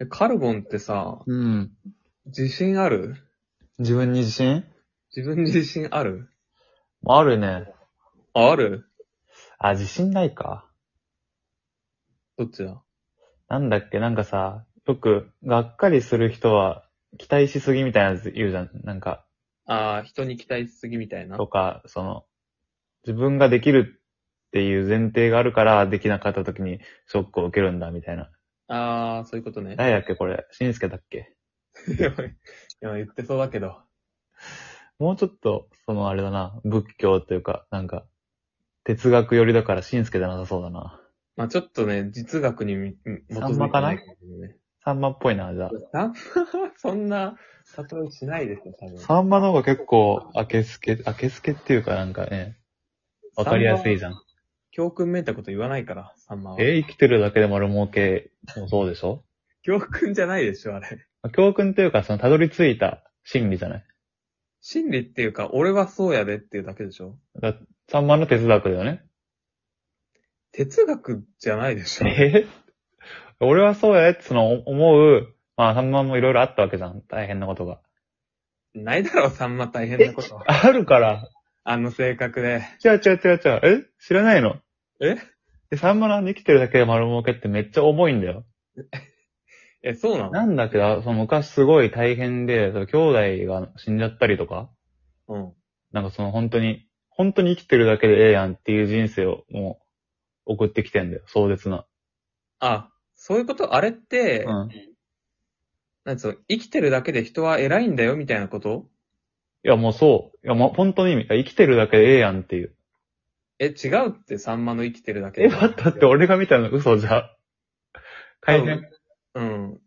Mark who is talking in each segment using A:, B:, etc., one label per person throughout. A: えカルボンってさ、
B: うん。
A: 自信ある
B: 自分に自信
A: 自分に自信ある
B: あるね。
A: あ、ある
B: あ、自信ないか。
A: どっちだ
B: なんだっけ、なんかさ、よく、がっかりする人は、期待しすぎみたいなやつ言うじゃん。なんか、
A: ああ、人に期待しすぎみたいな。
B: とか、その、自分ができるっていう前提があるから、できなかった時にショックを受けるんだ、みたいな。
A: ああ、そういうことね。
B: 誰だっけ、これ。しんすけだっけ。
A: やば い。今言ってそうだけど。
B: もうちょっと、そのあれだな、仏教というか、なんか、哲学寄りだから、しんすけじゃなさそうだな。
A: まあちょっとね、実学にみみ基づいて
B: さんまかな
A: ないけどね
B: サンマっぽいな、じゃあ。
A: さんま はそんな、例えしないですよ、多分。
B: サンマの方が結構、明けすけ、明けすけっていうかなんかね、わかりやすいじゃん。
A: 教訓めいたこと言わないから、さんまは。
B: え、生きてるだけで丸儲けもそうでしょ
A: 教訓じゃないでしょ、あれ。
B: 教訓っていうか、その、たどり着いた心理じゃない
A: 心理っていうか、俺はそうやでっていうだけでしょ。
B: だサンマの哲学だよね。
A: 哲学じゃないでしょ。
B: え俺はそうやでって、その、思う、まあ、サンマもいろいろあったわけじゃん。大変なことが。
A: ないだろ、さんま大変なこと。
B: あるから、
A: あの性格で。
B: 違う違う違う違う。え知らないの
A: え
B: でサンマの生きてるだけで丸儲けってめっちゃ重いんだよ。
A: え、そうなの
B: なんだけど、その昔すごい大変で、その兄弟が死んじゃったりとか、
A: うん。
B: なんかその本当に、本当に生きてるだけでええやんっていう人生をもう送ってきてんだよ。壮絶な。
A: あ、そういうことあれって、
B: うん。い
A: なんつうの、生きてるだけで人は偉いんだよ、みたいなこと
B: やもうそう。いやもう本当に意味。生きてるだけでええやんっていう。
A: え、違うって、さんまの生きてるだけで。
B: え、だったって俺が見たの嘘じゃ。改善。
A: うん。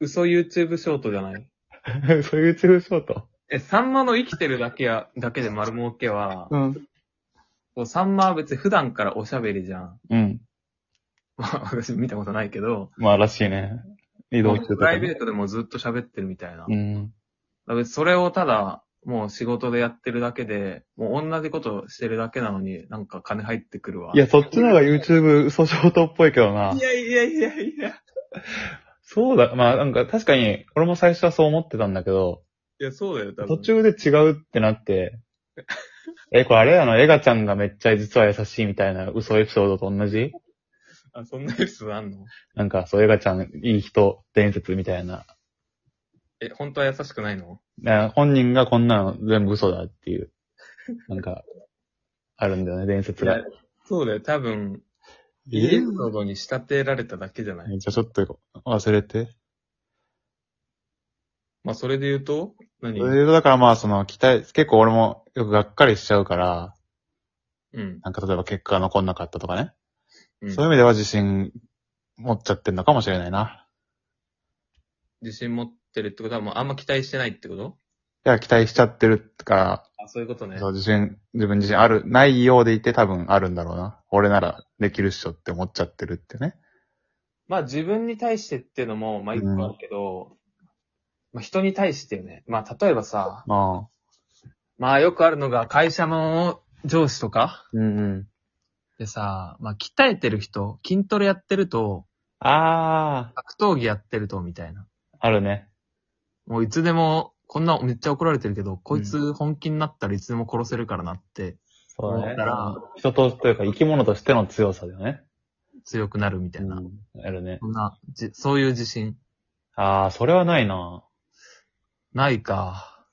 A: 嘘 YouTube ショートじゃない。
B: そういう YouTube ショート。
A: え、さんまの生きてるだけや、だけで丸儲けは、
B: うん。
A: こうさんまは別に普段からおしゃべりじゃん。
B: うん。
A: まあ、私見たことないけど、
B: まあらしいね。移動中と
A: プ
B: か
A: ライ
B: ね、
A: ベートでもずっと喋ってるみたいな。
B: うん。
A: だからそれをただ、もう仕事でやってるだけで、もう同じことしてるだけなのに、なんか金入ってくるわ。
B: いや、そっちの方が YouTube 嘘ショートっぽいけどな。
A: いやいやいやいや。い
B: そうだ、まあなんか確かに、俺も最初はそう思ってたんだけど、
A: や、そうだよ、多分。
B: 途中で違うってなって、 え、これあれやの、エガちゃんがめっちゃ実は優しいみたいな嘘エピソードと同じ
A: あ、そんなエピソードあんの
B: なんかそう、エガちゃんいい人伝説みたいな。
A: え、本当は優しくないの
B: な本人がこんなの全部嘘だっていう、なんか、あるんだよね、伝説が。
A: そうだよ、多分、いいエ
B: え
A: ピソードに仕立てられただけじゃない。
B: じゃあちょっと忘れて。
A: まあ、それで言うと、何
B: それでだからまあその期待、結構俺もよくがっかりしちゃうから、
A: うん。
B: なんか例えば結果が残んなかったとかね。
A: うん
B: そういう意味では自信持っちゃってんのかもしれないな。
A: 自信持ってるってことは、もうあんま期待してないってこと
B: いや、期待しちゃってるから、
A: あ、そういうことね
B: そ。う、自信、自分自身ある、ないようでいて多分あるんだろうな。俺ならできるっしょって思っちゃってるってね。
A: まあ、自分に対してっていうのも、まあ、一個あるけど、まあ、人に対してよね。まあ、例えばさ、
B: ああ。
A: まあよくあるのが会社の上司とか
B: うんうん。
A: でさ、まあ鍛えてる人、筋トレやってると、
B: あ
A: 格闘技やってるとみたいな。
B: あ、あるね。
A: もういつでも、こんなめっちゃ怒られてるけど、こいつ本気になったらいつでも殺せるからなって
B: そ
A: 思ったら
B: 人と、というか生き物としての強さだよね。
A: 強くなるみたいな。
B: あるね。
A: そんな、じそういう自信。
B: ああ、それはないな。
A: ないか。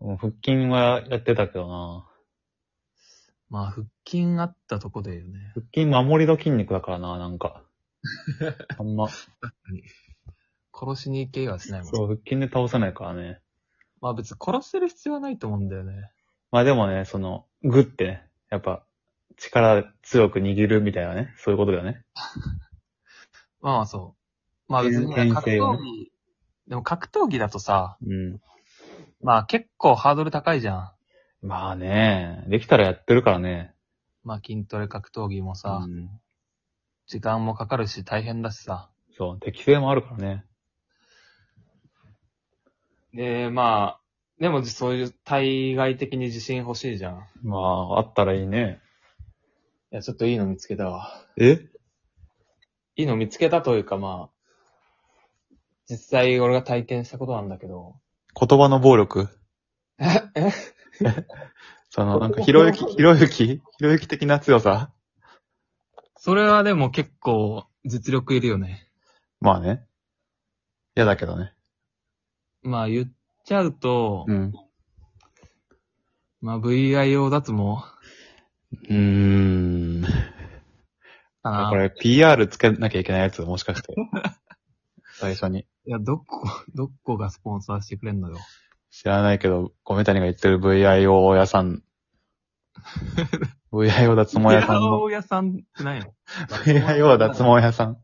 B: うん腹筋はやってたけどな。
A: まあ腹筋あったとこでよね。
B: 腹筋守りの筋肉だからな、なん か。あんま、そ
A: 殺しに行けはしないもん。
B: う、腹筋で倒せないからね。
A: まあ別に殺せる必要はないと思うんだよね。
B: まあでもね、その、グってね、やっぱ、力強く握るみたいなね、そういうことだよね。
A: まあまあそう。まあ別にね、
B: 天
A: 格
B: 性をね
A: 闘技、でも格闘技だとさ、
B: うん。
A: まあ結構ハードル高いじゃん。
B: まあね、できたらやってるからね。
A: まあ筋トレ格闘技もさ、
B: うん
A: 時間もかかるし大変だしさ。
B: そう、適性もあるからね。
A: で、まあ、でもそういう対外的に自信欲しいじゃん。い
B: まあ、あったらいいね。
A: や、ちょっといいの見つけたわ。
B: え
A: いいの見つけたというかまあ、実際俺が体験したことなんだけど、
B: 言葉の暴力
A: え
B: その、なんか、ひろゆき、ひろゆきひろゆき的な強さ
A: それはでも結構実力いるよね。
B: まあね。嫌だけどね。
A: まあ言っちゃうと、
B: うん。
A: まあ VIO 脱毛
B: うーん。
A: かな。
B: これ PR つけなきゃいけないやつ、もしか して。最初に。
A: いや、どこ、 どこがスポンサーしてくれんのよ。
B: 知らないけど、米谷が言ってる VIO 屋さん。VIO 脱毛屋さんの。
A: VIO 屋さんって何や
B: VIO 脱毛屋さん。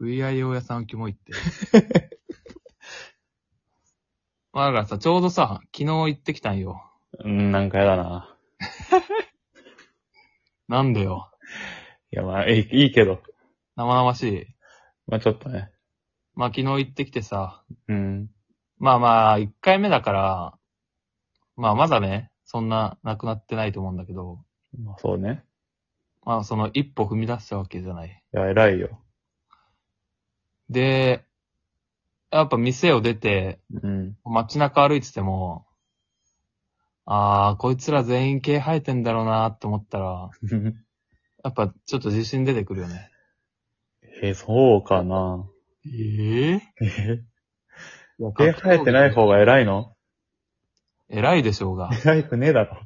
A: VIO 屋さんキモいって。 まあだからさ、ちょうどさ、昨日行ってきたんよ。
B: うん、なんかやだな。
A: なんでよ。
B: いや、まあ、いいいいけど。
A: 生々しい。
B: まあちょっとね。
A: まあ昨日行ってきてさ、
B: うん。
A: まあまあ、1回目だから、まあまだね、そんななくなってないと思うんだけど、
B: まあそうね。
A: まあその一歩踏み出したわけじゃない。
B: いや、偉いよ。
A: で、やっぱ店を出て、
B: うん。
A: 街中歩いてても、ああ、こいつら全員毛生えてんだろうなって思ったら、やっぱちょっと自信出てくるよね。
B: え、そうかな。
A: え え
B: え、
A: いや
B: 毛生えてない。
A: かっこ
B: 方が偉いの
A: いい偉いでしょうが。
B: 偉いくねえだろ。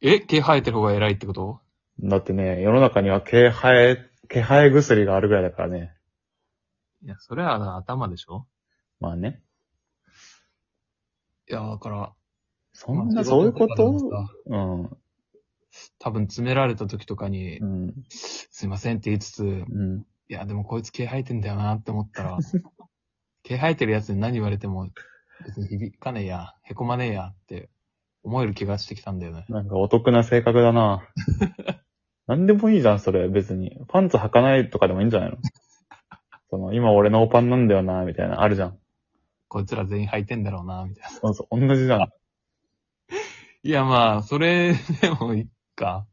A: え毛生えてる方が偉いってこと
B: だってね、世の中には毛生え、毛生え薬があるぐらいだからね。
A: いや、それは頭でしょ
B: まあね。
A: いや、だから。
B: そんな、そういうこと
A: まあ
B: うん。
A: 多分詰められた時とかに
B: う、ん。
A: すいませんって言いつつ、い
B: うん。
A: や、でもこいつ毛生えてんだよなって思ったら、毛生えてるやつに何言われても、別に響かねえや、へこまねえやって思える気がしてきたんだよね。
B: なんかお得な性格だ な。なんでもいいじゃん、それ、別に。パンツ履かないとかでもいいんじゃないのその、今俺ノーパンなんだよな、みたいな、あるじゃん。
A: こいつら全員履いてんだろうな、みたいな。
B: そうそう、同じじゃん。
A: いや、まあ、それでもいいか。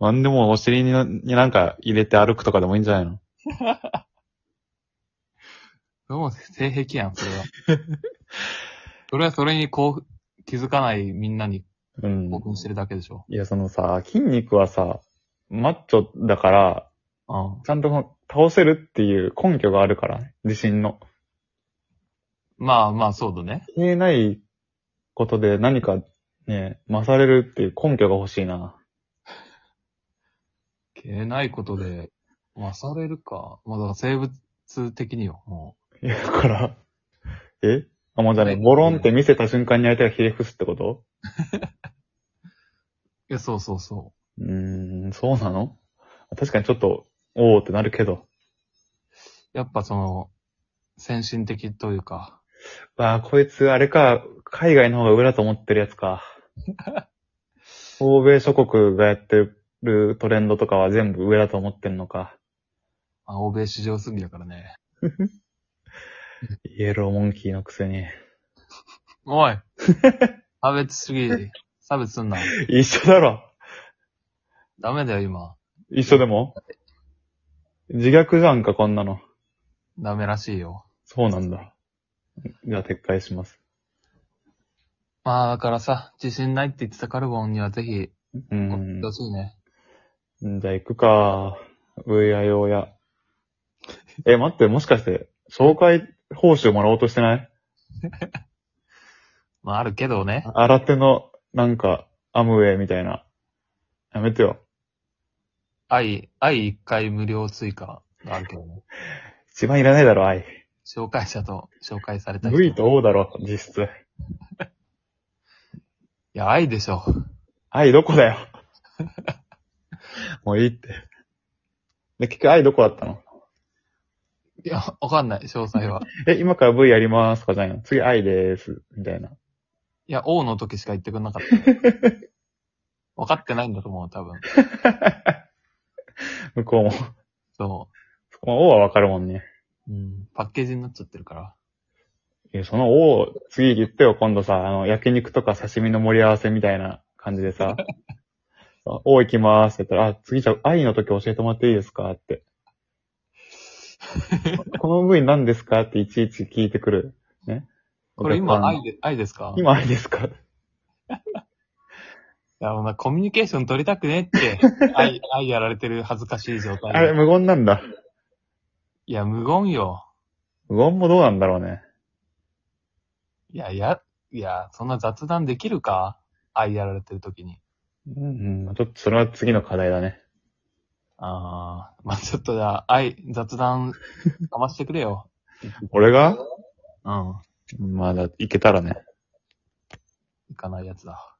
B: なんでもお尻にになんか入れて歩くとかでもいいんじゃないの
A: でも、性癖やん、それは。 それはそれにこう、気づかないみんなに
B: うん。
A: 興奮してるだけでしょ。
B: いや、そのさ、筋肉はさ、マッチョだから、
A: うん。
B: ちゃんとこの倒せるっていう根拠があるからね、自信の。
A: まあまあ、そうだね。
B: 消えないことで何かね、勝れるっていう根拠が欲しいな。
A: 消えないことで、勝れるか。まあ、だから生物的によ、も
B: いや、だから、 えあ、もうじゃあね、
A: はい
B: ボロンって見せた瞬間に相手がひれ伏すってこと
A: う。いや、そうそうそう
B: ーん、そうなの確かにちょっと、おーってなるけど。
A: う。やっぱその、先進的というか、
B: わあ、こいつ、あれか、海外の方が上だと思ってるやつ か。欧米諸国がやってるトレンドとかは全部上だと思ってんのか。
A: まあ、欧米市場主義だからね。
B: イエローモンキーのくせに。
A: お い差別主義、差別すんな。
B: 一緒だろ
A: ダメだよ、今。
B: 一緒でも自虐じゃんか、こんなの。
A: ダメらしいよ。
B: そうなんだ。じゃあ撤回します。
A: まあ、だからさ、自信ないって言ってたカルボンにはぜひ、
B: う
A: 送
B: ん
A: って。ほしいね。
B: じゃあ行くか。VIO や。え、待って、もしかして、紹介報酬もらおうとしてない
A: まあ、あるけどね。
B: 新手の、なんか、アムウェイみたいな。やめてよ。
A: 愛、愛一回無料追加があるけどね。
B: 一番いらないだろ、愛。
A: 紹介者と紹介された人。
B: V
A: い
B: と O だろ、実質。
A: や、愛でしょ。
B: 愛どこだよ。もういいって。で、結局愛どこだったの
A: いや、わかんない、詳細は。
B: え、今から V やりますかじゃないの次愛でーす。みたいな。
A: いや、王の時しか言ってくんなかった。わかってないんだと思う、多分。
B: 向こうも。
A: そ
B: そこの O はわかるもんね。
A: う。うん。パッケージになっちゃってるから。
B: いや、その O、次言ってよ、今度さ、あの、焼肉とか刺身の盛り合わせみたいな感じ でさ、 あ O 行きまーすって言ったら、あ、次じゃあ、愛の時教えてもらっていいですかって。この部位何ですかっていちいち聞いてくる。ね。
A: これ今
B: お客
A: 愛で、愛ですか
B: さん今愛ですか
A: いや、お前コミュニケーション取りたくねって、愛、愛やられてる恥ずかしい状態で。
B: あれ、無言なんだ。
A: いや、無言よ。
B: 無言もどうなんだろうね。
A: いや、いや、いや、そんな雑談できるか愛やられてる時に。
B: うん、うん。ちょっとそれは次の課題だね。
A: あー、まあちょっとじゃあ、愛、雑談、かましてくれよ。
B: 俺が
A: うん。
B: まあだ、いけたらね。
A: いかないやつだ。